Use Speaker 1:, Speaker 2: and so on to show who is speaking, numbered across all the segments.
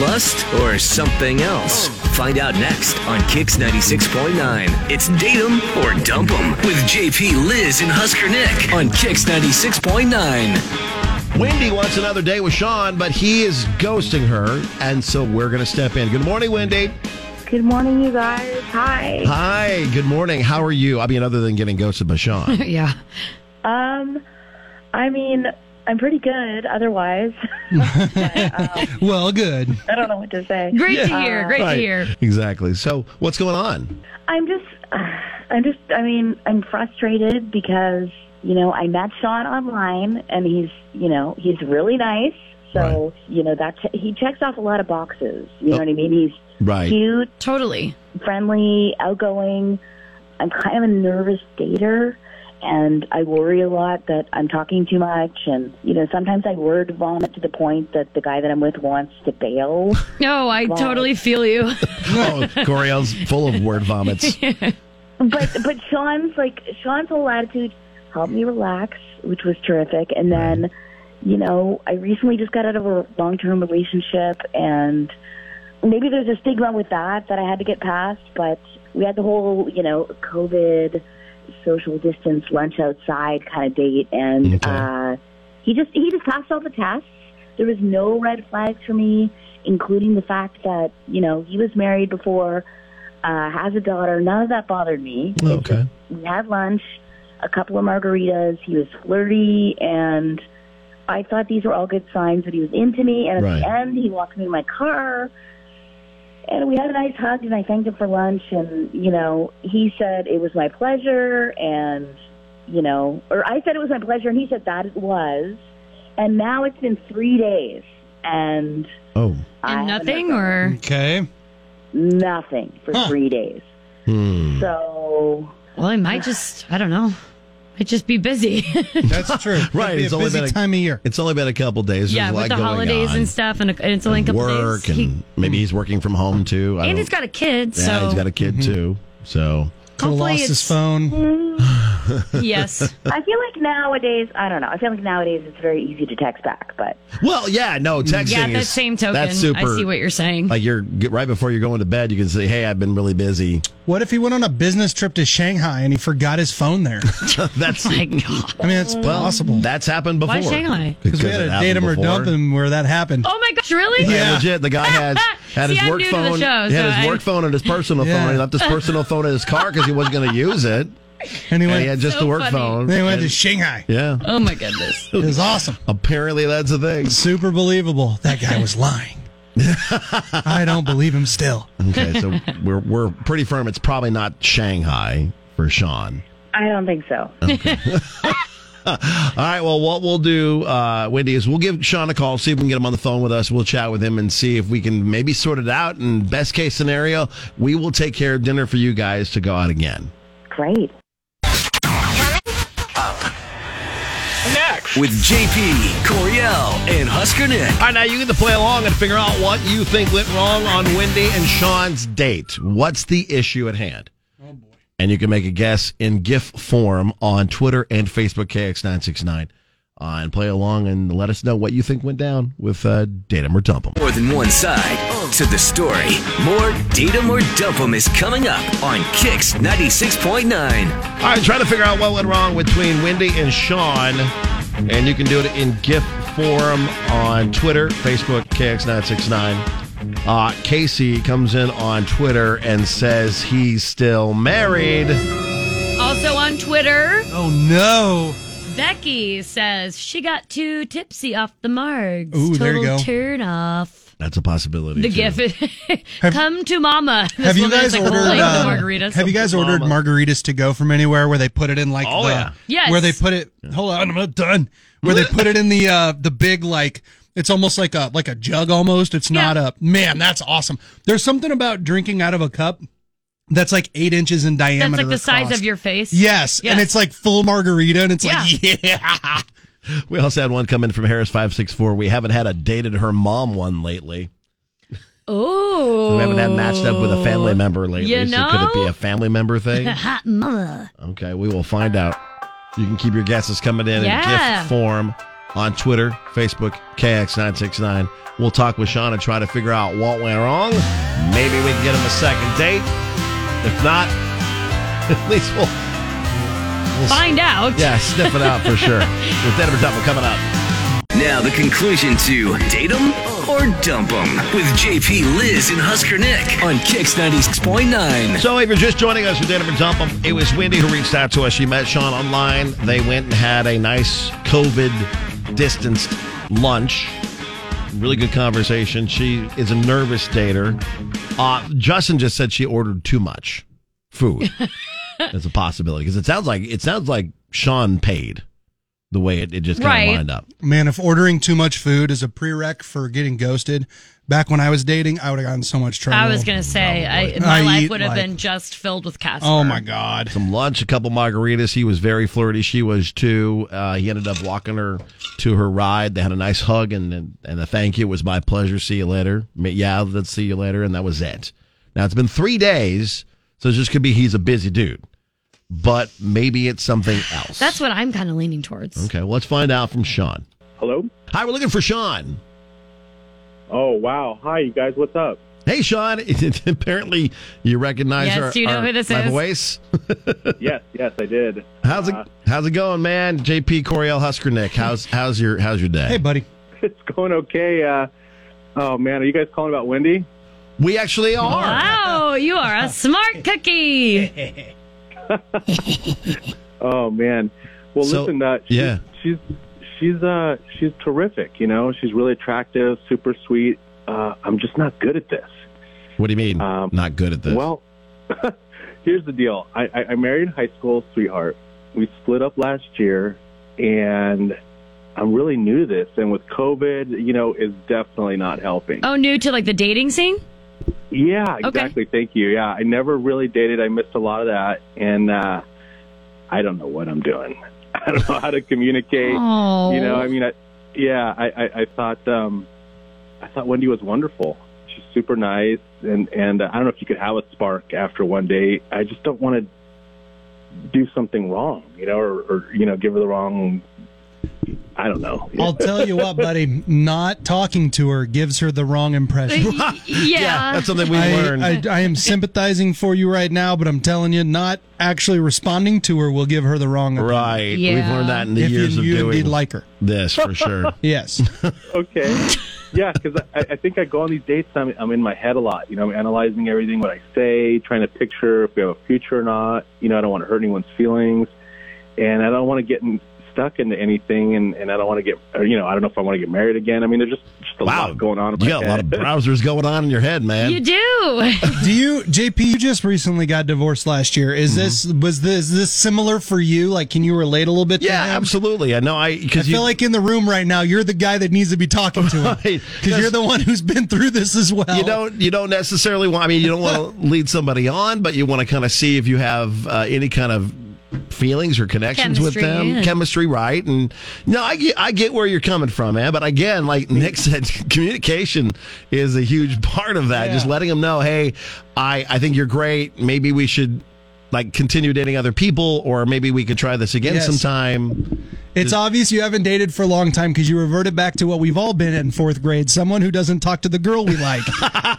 Speaker 1: lust, or something else? Find out next on Kix 96.9. It's Date 'em or Dump 'em with JP, Liz, and Husker Nick on Kix 96.9.
Speaker 2: Wendy wants another day with Sean, but he is ghosting her, and so we're going to step in. Good morning, Wendy.
Speaker 3: Good morning, you guys. Hi.
Speaker 2: Hi. Good morning. How are you? I mean, other than getting ghosted by Sean.
Speaker 4: Yeah.
Speaker 3: Um, I mean, I'm pretty good otherwise.
Speaker 5: Well, good.
Speaker 3: I don't know what to say.
Speaker 4: Great to hear. Great
Speaker 2: Right.
Speaker 4: to hear.
Speaker 2: Exactly. So, what's going on?
Speaker 3: I'm just, I'm just, I mean, I'm frustrated because, you know, I met Sean online and he's, you know, he's really nice. So, you know, that he checks off a lot of boxes. You know what I mean? He's
Speaker 2: Right.
Speaker 3: cute,
Speaker 4: Totally.
Speaker 3: friendly, outgoing. I'm kind of a nervous dater, and I worry a lot that I'm talking too much. And you know, sometimes I word vomit to the point that the guy that I'm with wants to bail.
Speaker 4: No, I totally feel you.
Speaker 2: Oh, Coriel's full of word vomits.
Speaker 3: but but Sean's like Sean's whole attitude helped me relax, which was terrific. And then, you know, I recently just got out of a long-term relationship, and maybe there's a stigma with that that I had to get past. But we had the whole, you know, COVID social distance lunch outside kind of date, and
Speaker 2: Okay.
Speaker 3: uh, he just he just passed all the tests. There was no red flags for me, including the fact that you know he was married before uh, has a daughter. None of that bothered me. It's
Speaker 2: Okay.
Speaker 3: just We had lunch, a couple of margaritas. He was flirty, and I thought these were all good signs that he was into me. And at the
Speaker 2: Right.
Speaker 3: end, he walked me to my car, and we had a nice hug, and I thanked him for lunch. And, you know, he said it was my pleasure, and, you know, or I said it was my pleasure, and he said that it was. And now it's been three days, and
Speaker 2: Oh,
Speaker 3: I haven't heard
Speaker 4: And nothing
Speaker 3: from him
Speaker 4: or
Speaker 5: Okay.
Speaker 3: nothing for three days. So
Speaker 4: well, I might just I don't know. Might just be busy.
Speaker 5: That's true.
Speaker 2: right.
Speaker 5: It's, a busy
Speaker 2: been a
Speaker 5: time of year.
Speaker 2: It's only been a couple days.
Speaker 4: yeah,
Speaker 2: There's a
Speaker 4: with
Speaker 2: lot
Speaker 4: the
Speaker 2: going
Speaker 4: holidays
Speaker 2: on.
Speaker 4: and stuff, and, a- and it's only a couple
Speaker 2: Work,
Speaker 4: days. He-
Speaker 2: and maybe he's working from home too. I
Speaker 4: and
Speaker 2: don't-
Speaker 4: he's got a kid,
Speaker 2: Yeah,
Speaker 4: so
Speaker 2: he's got a kid
Speaker 5: Mm-hmm.
Speaker 2: too. So,
Speaker 5: Could've
Speaker 4: hopefully
Speaker 5: lost
Speaker 4: it's-
Speaker 5: his phone.
Speaker 4: yes.
Speaker 3: I feel like nowadays, I don't know. I feel like nowadays it's very easy to text back, but
Speaker 2: well, yeah, no
Speaker 5: Mm-hmm.
Speaker 2: texting.
Speaker 4: Yeah, that
Speaker 2: is-
Speaker 4: same token.
Speaker 2: That's super.
Speaker 4: I see what you're saying.
Speaker 2: Like you're right before you're going to bed, you can say, "Hey, I've been really busy."
Speaker 5: What if he went on a business trip to Shanghai and he forgot his phone there?
Speaker 2: That's
Speaker 4: My God.
Speaker 5: I mean, it's possible.
Speaker 2: That's happened before.
Speaker 4: Why Shanghai?
Speaker 5: Because we had
Speaker 2: it
Speaker 5: a
Speaker 2: happened
Speaker 5: date him or
Speaker 2: before.
Speaker 5: dump him where that happened.
Speaker 4: Oh my gosh, really?
Speaker 2: And legit, the guy had had
Speaker 4: See,
Speaker 2: his
Speaker 4: I'm
Speaker 2: work
Speaker 4: new to the
Speaker 2: phone.
Speaker 4: show,
Speaker 2: he had
Speaker 4: so
Speaker 2: his
Speaker 4: I-
Speaker 2: work phone and his personal
Speaker 5: Yeah.
Speaker 2: phone. He left his personal phone in his car because he wasn't going to use it,
Speaker 5: and he
Speaker 2: and
Speaker 5: went,
Speaker 2: he had just
Speaker 4: So
Speaker 2: the work
Speaker 4: funny.
Speaker 2: phone.
Speaker 5: then he went
Speaker 2: And-
Speaker 5: to Shanghai.
Speaker 2: yeah,
Speaker 4: Oh my goodness.
Speaker 5: It was awesome.
Speaker 2: apparently that's the thing.
Speaker 5: Super believable. That guy was lying. I don't believe him still.
Speaker 2: Okay, so we're we're pretty firm. It's probably not Shanghai for Sean.
Speaker 3: I don't think so.
Speaker 2: All right. Well, what we'll do, uh, Wendy, is we'll give Sean a call, see if we can get him on the phone with us. We'll chat with him and see if we can maybe sort it out. And best case scenario, we will take care of dinner for you guys to go out again.
Speaker 3: Great.
Speaker 1: With JP, Coriel, and Husker Nick.
Speaker 2: All right, now you get to play along and figure out what you think went wrong on Wendy and Sean's date. What's the issue at hand? And you can make a guess in GIF form on Twitter and Facebook KX969. Uh, and play along and let us know what you think went down with uh, Datum or Dump 'em.
Speaker 1: More than one side to the story. More Date 'em or Dump 'em is coming up on Kix 96.9.
Speaker 2: All right, trying to figure out what went wrong between Wendy and Sean. And you can do it in GIF form on Twitter, Facebook, KX969. Uh, Casey comes in on Twitter and says he's still married.
Speaker 4: Also on Twitter,
Speaker 5: Oh, no.
Speaker 4: Becky says she got too tipsy off the margs.
Speaker 5: Ooh,
Speaker 4: Total
Speaker 5: there you go.
Speaker 4: turn off.
Speaker 2: That's a possibility.
Speaker 4: The
Speaker 2: too.
Speaker 4: gift. Come to mama. This
Speaker 5: Have you
Speaker 4: woman
Speaker 5: guys
Speaker 4: is, like,
Speaker 5: ordered?
Speaker 4: holding the
Speaker 5: uh,
Speaker 4: margaritas.
Speaker 5: have you guys ordered margaritas to go from anywhere where they put it in like
Speaker 2: Oh,
Speaker 5: the
Speaker 2: yeah.
Speaker 4: Yes.
Speaker 5: where they put it? Hold on, I'm not done. Where they put it in the uh the big like it's almost like a like a jug almost. It's not a man. That's awesome. There's something about drinking out of a cup that's like eight inches in diameter.
Speaker 4: That's like the size
Speaker 5: across.
Speaker 4: of your face.
Speaker 5: Yes, and
Speaker 4: Yes.
Speaker 5: it's like full margarita, and it's like yeah.
Speaker 2: We also had one come in from Harris five six four. We haven't had a dated her mom one lately.
Speaker 4: Oh.
Speaker 2: We haven't had matched up with a family member lately.
Speaker 4: You
Speaker 2: So could it be
Speaker 4: know?
Speaker 2: a family member thing?
Speaker 4: Hot mama.
Speaker 2: Okay, we will find out. You can keep your guesses coming in
Speaker 4: Yeah.
Speaker 2: in gift form on Twitter, Facebook, KX969. We'll talk with Sean and try to figure out what went wrong. Maybe we can get him a second date. If not, at least we'll, we'll
Speaker 4: Find out.
Speaker 2: yeah, sniff it out for sure. With Denver Double coming up.
Speaker 1: Now the conclusion to date 'em or dump 'em with JP Liz and Husker Nick on Kix 96.9.
Speaker 2: So, if you're just joining us with Denver Dump 'em, Um, it was Wendy who reached out to us. She met Sean online. They went and had a nice COVID distanced lunch. Really good conversation. She is a nervous dater. Uh, Justin just said she ordered too much food. That's a possibility because it sounds like it sounds like Sean paid the way it, it just kind
Speaker 4: Right.
Speaker 2: of lined up.
Speaker 5: Man, if ordering too much food is a prereq for getting ghosted, back when I was dating, I would have gotten so much trouble.
Speaker 4: I was gonna say, I, my
Speaker 5: Oh, I eat
Speaker 4: life would have
Speaker 5: like-
Speaker 4: been just filled with Casper.
Speaker 5: Oh my god.
Speaker 2: some lunch, a couple margaritas. He was very flirty. She was too. Uh, he ended up walking her to her ride. They had a nice hug and and, and a thank you. It was my pleasure. See you later. Ma- Yeah, let's see you later. And that was it. Now it's been three days, so it just could be he's a busy dude, but maybe it's something else.
Speaker 4: That's what I'm kind of leaning towards.
Speaker 2: okay. Well, let's find out from Sean.
Speaker 6: Hello?
Speaker 2: Hi, we're looking for Sean.
Speaker 6: Oh, wow. Hi, you guys. What's up?
Speaker 2: Hey, Sean. Apparently, you recognize
Speaker 4: Yes,
Speaker 2: our,
Speaker 4: do you know
Speaker 2: our-
Speaker 4: who this
Speaker 2: my
Speaker 4: is?
Speaker 2: voice.
Speaker 6: yes, yes, I did.
Speaker 2: How's it How's it going, man? JP Coriel Husker Nick. How's How's your How's your day?
Speaker 5: Hey, buddy.
Speaker 6: It's going okay. Uh, oh, man. Are you guys calling about Wendy?
Speaker 2: We actually are.
Speaker 4: Wow, you are a smart cookie.
Speaker 6: Oh, man. Well,
Speaker 2: So-
Speaker 6: listen, uh, she's,
Speaker 2: yeah.
Speaker 6: she's, she's, uh, she's terrific. You know, she's really attractive, super sweet. Uh, I'm just not good at this.
Speaker 2: What do you mean?
Speaker 6: Um,
Speaker 2: Not good at this.
Speaker 6: Well, here's the deal. I, I, I married a high school sweetheart. We split up last year, and I'm really new to this. And with COVID, you know, is definitely not helping.
Speaker 4: Oh, new to like the dating scene?
Speaker 6: Yeah,
Speaker 4: Okay.
Speaker 6: exactly. Thank you. Yeah, I never really dated. I missed a lot of that, and uh, I don't know what I'm doing. I don't know how to communicate.
Speaker 4: Oh,
Speaker 6: You know, I mean, I, yeah, I, I, I thought um, I thought Wendy was wonderful. She's super nice, and and uh, I don't know if you could have a spark after one date. I just don't want to do something wrong, you know, or, or you know, give her the wrong. I don't know.
Speaker 5: I'll tell you what, buddy. Not talking to her gives her the wrong impression.
Speaker 4: Y- yeah.
Speaker 2: that's something we
Speaker 5: I,
Speaker 2: learned.
Speaker 5: I, I am sympathizing for you right now, but I'm telling you, not actually responding to her will give her the wrong impression.
Speaker 2: right.
Speaker 4: Yeah.
Speaker 2: We've learned that in the
Speaker 5: If
Speaker 2: years
Speaker 5: you,
Speaker 2: of
Speaker 5: you
Speaker 2: doing
Speaker 5: indeed like her.
Speaker 2: this for sure.
Speaker 5: Yes.
Speaker 6: okay. Yeah, because I, I think I go on these dates. I'm, I'm in my head a lot. You know, I'm analyzing everything, what I say, trying to picture if we have a future or not. You know, I don't want to hurt anyone's feelings, and I don't want to get in, stuck into anything, and, and I don't want to get, or, you know, I don't know if I want to get married again. I mean, there's just just a
Speaker 2: wow.
Speaker 6: lot going on. In
Speaker 2: You
Speaker 6: my
Speaker 2: got a lot of
Speaker 6: head.
Speaker 2: browsers going on in your head, man.
Speaker 4: You do.
Speaker 5: Do you, JP? You just recently got divorced last year.
Speaker 2: Mm-hmm.
Speaker 5: Is this was this is this similar for you? Like, can you relate a little bit?
Speaker 2: yeah,
Speaker 5: to him?
Speaker 2: absolutely. I know. I
Speaker 5: I
Speaker 2: because you
Speaker 5: feel like in the room right now, you're the guy that needs to be talking to him
Speaker 2: Right.
Speaker 5: because you're the one who's been through this as well.
Speaker 2: you don't you don't necessarily want. I mean, you don't want to lead somebody on, but you want to kind of see if you have uh, any kind of feelings or connections
Speaker 4: Chemistry,
Speaker 2: with them,
Speaker 4: yeah.
Speaker 2: chemistry, right? And no, I get, I get where you're coming from, man. But again, like Nick said, communication is a huge part of that. Just letting them know, hey, I I think you're great. Maybe we should. Like continue dating other people, or maybe we could try this again
Speaker 5: Yes.
Speaker 2: sometime.
Speaker 5: It's obvious you haven't dated for a long time because you reverted back to what we've all been in fourth grade: someone who doesn't talk to the girl we like.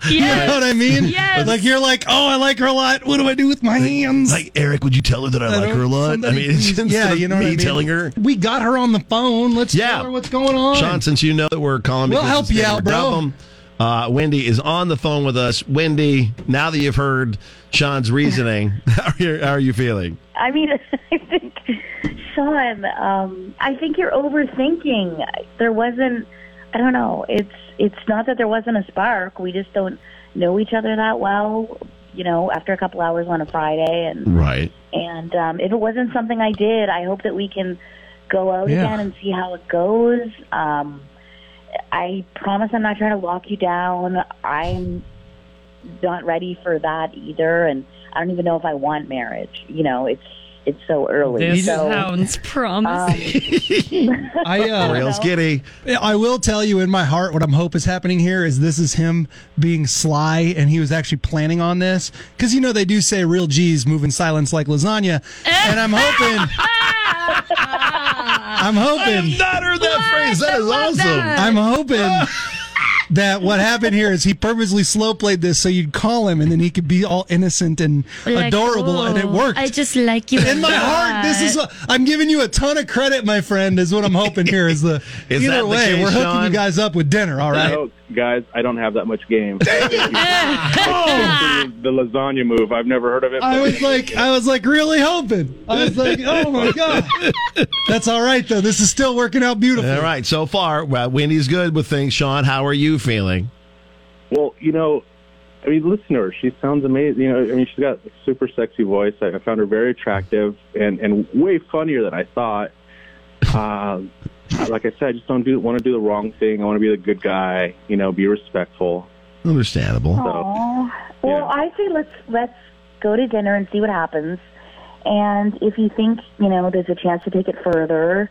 Speaker 5: You know
Speaker 4: yes.
Speaker 5: what I mean?
Speaker 4: Yes.
Speaker 5: Like you're like, oh, I like her a lot. What do I do with my hands?
Speaker 2: Like Eric, would you tell her that I, like
Speaker 5: don't-
Speaker 2: her a lot? I
Speaker 5: somebody
Speaker 2: mean,
Speaker 5: please-
Speaker 2: instead
Speaker 5: yeah,
Speaker 2: of
Speaker 5: you know what
Speaker 2: me
Speaker 5: I mean?
Speaker 2: telling her,
Speaker 5: We got her on the phone. Let's
Speaker 2: Yeah.
Speaker 5: tell her what's going on.
Speaker 2: Sean, since you know that we're calling,
Speaker 5: We'll
Speaker 2: because
Speaker 5: help
Speaker 2: it's
Speaker 5: you
Speaker 2: Denver
Speaker 5: out, bro.
Speaker 2: Dump 'Em, Uh, Wendy is on the phone with us. Wendy, now that you've heard Sean's reasoning, how are you, how are you feeling?
Speaker 3: I mean, I think, Sean, um, I think you're overthinking. There wasn't, I don't know. It's it's not that there wasn't a spark. We just don't know each other that well. You know, after a couple hours on a Friday, and
Speaker 2: Right.
Speaker 3: and um, if it wasn't something I did, I hope that we can go out
Speaker 5: Yeah.
Speaker 3: again and see how it goes. Um, I promise I'm not trying to lock you down. I'm not ready for that either, and I don't even know if I want marriage. You know, it's it's so early.
Speaker 4: This
Speaker 3: so,
Speaker 5: Uh,
Speaker 4: sounds promising.
Speaker 3: um,
Speaker 5: I uh,
Speaker 2: Real
Speaker 3: know.
Speaker 2: skitty.
Speaker 5: I will tell you in my heart what I'm hope is happening here is this is him being sly and he was actually planning on this because you know they do say real G's move in silence like lasagna and I'm hoping I'm hoping.
Speaker 2: Not heard that phrase. That is
Speaker 4: love
Speaker 2: awesome.
Speaker 4: that.
Speaker 5: I'm hoping that what happened here is he purposely slow played this so you'd call him and then he could be all innocent and
Speaker 4: Like,
Speaker 5: adorable, and it
Speaker 4: oh,
Speaker 5: worked.
Speaker 4: I just like you.
Speaker 5: in my heart, this is. i I'm giving you a ton of credit, my friend. Is what I'm hoping here. Is the
Speaker 2: Is that
Speaker 5: either
Speaker 2: the
Speaker 5: way,
Speaker 2: case,
Speaker 5: we're hooking
Speaker 2: Sean?
Speaker 5: you guys up with dinner. All right.
Speaker 6: No, guys, I don't have that much game.
Speaker 4: Oh.
Speaker 6: the lasagna move. I've never heard of it.
Speaker 5: I was like, I was like really hoping. I was like, oh my god, that's all right though. This is still working out beautifully.
Speaker 2: All right, so far, well, Wendy's good with things. Sean, how are you feeling?
Speaker 6: Well, you know, I mean, listen to her. She sounds amazing. You know, I mean, she's got a super sexy voice. I I found her very attractive and and way funnier than I thought. Um, like I said, I just don't do want to do the wrong thing. I want to be the good guy. You know, be respectful.
Speaker 2: Understandable.
Speaker 3: Aw. Well,
Speaker 6: Yeah.
Speaker 3: I say let's let's go to dinner and see what happens. And if you think you know there's a chance to take it further,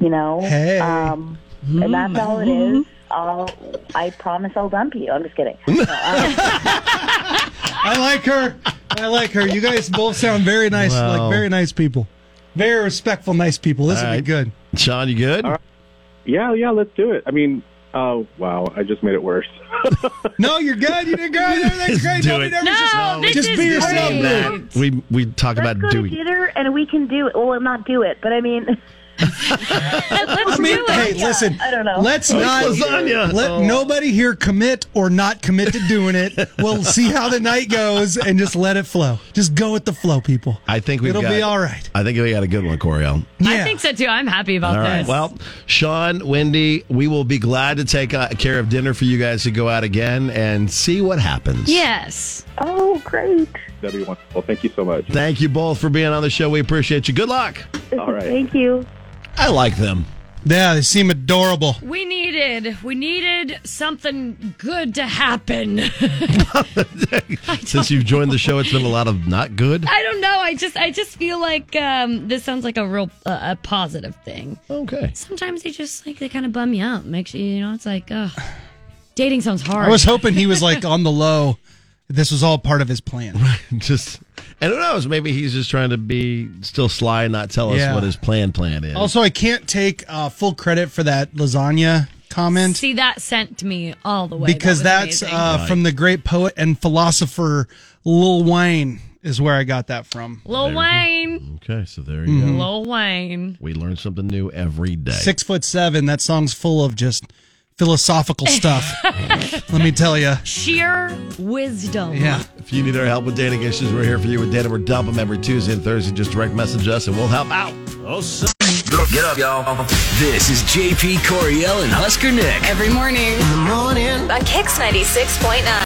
Speaker 3: you know,
Speaker 5: Hey.
Speaker 3: um,
Speaker 6: Hmm.
Speaker 3: and that's all it is. I'll, I promise I'll dump you. I'm just kidding.
Speaker 5: I like her. I like her. You guys both sound very nice,
Speaker 2: Wow.
Speaker 5: like very nice people, very respectful, nice people. This
Speaker 2: All
Speaker 5: would
Speaker 2: right.
Speaker 5: be good.
Speaker 2: Sean, you good?
Speaker 6: Yeah, yeah, let's do it. I mean, oh wow, I just made it worse.
Speaker 5: No, you're good. You did great. Everything's great.
Speaker 2: Do
Speaker 5: Nobody
Speaker 2: it.
Speaker 5: ever
Speaker 4: No,
Speaker 5: just-
Speaker 4: this
Speaker 5: just
Speaker 4: is
Speaker 5: be yourself,
Speaker 4: great.
Speaker 2: That- we we talk
Speaker 3: Let's
Speaker 2: about
Speaker 3: go to
Speaker 2: doing.
Speaker 3: dinner and we can do it. Well, not do it, but I mean,
Speaker 4: Let's do
Speaker 5: Hey,
Speaker 4: it.
Speaker 5: listen.
Speaker 3: I don't know.
Speaker 5: Let's not
Speaker 2: lasagna.
Speaker 5: let
Speaker 2: Oh.
Speaker 5: nobody here commit or not commit to doing it. we'll see how the night goes and just let it flow. Just go with the flow, people.
Speaker 2: I think we've
Speaker 5: it'll
Speaker 2: got-
Speaker 5: be all right.
Speaker 2: I think we got a good one, Coriel.
Speaker 4: I think so too. I'm happy about
Speaker 2: All
Speaker 4: this.
Speaker 2: right. Well, Sean, Wendy, we will be glad to take uh, care of dinner for you guys to go out again and see what happens.
Speaker 4: yes.
Speaker 3: oh great!
Speaker 6: That'd be wonderful. Thank you so much.
Speaker 2: Thank you both for being on the show. We appreciate you. Good luck.
Speaker 6: All right.
Speaker 3: Thank you.
Speaker 2: I like them.
Speaker 5: Yeah, they seem adorable.
Speaker 4: We needed we needed something good to happen.
Speaker 2: Since you've joined the show, it's been a lot of not good.
Speaker 4: I don't know. I just I just feel like um, this sounds like a real uh, a positive thing.
Speaker 2: Okay.
Speaker 4: Sometimes they just like they kind of bum you out. Makes you you know it's like oh, dating sounds hard.
Speaker 5: I was hoping he was like on the low. This was all part of his plan.
Speaker 2: Just and who knows? Maybe he's just trying to be still sly and not tell us
Speaker 5: Yeah.
Speaker 2: what his plan plan is.
Speaker 5: Also, I can't take uh, full credit for that lasagna comment.
Speaker 4: See that sent me all the way
Speaker 5: because
Speaker 4: That was
Speaker 5: that's
Speaker 4: amazing.
Speaker 5: uh, from the great poet and philosopher Lil Wayne is where I got that from.
Speaker 4: Lil Wayne.
Speaker 2: okay, so there you go.
Speaker 4: Lil Wayne.
Speaker 2: We learn something new every day.
Speaker 5: Six foot seven. That song's full of just philosophical stuff. Let me tell you.
Speaker 4: Sheer wisdom.
Speaker 5: Yeah.
Speaker 2: If you need our help with dating issues, we're here for you with Dating. We're dump them every Tuesday and Thursday. Just direct message us and we'll help out.
Speaker 1: Get up, y'all. This is JP Coriel and Husker Nick.
Speaker 7: Every morning. In the morning. On Kix 96.9.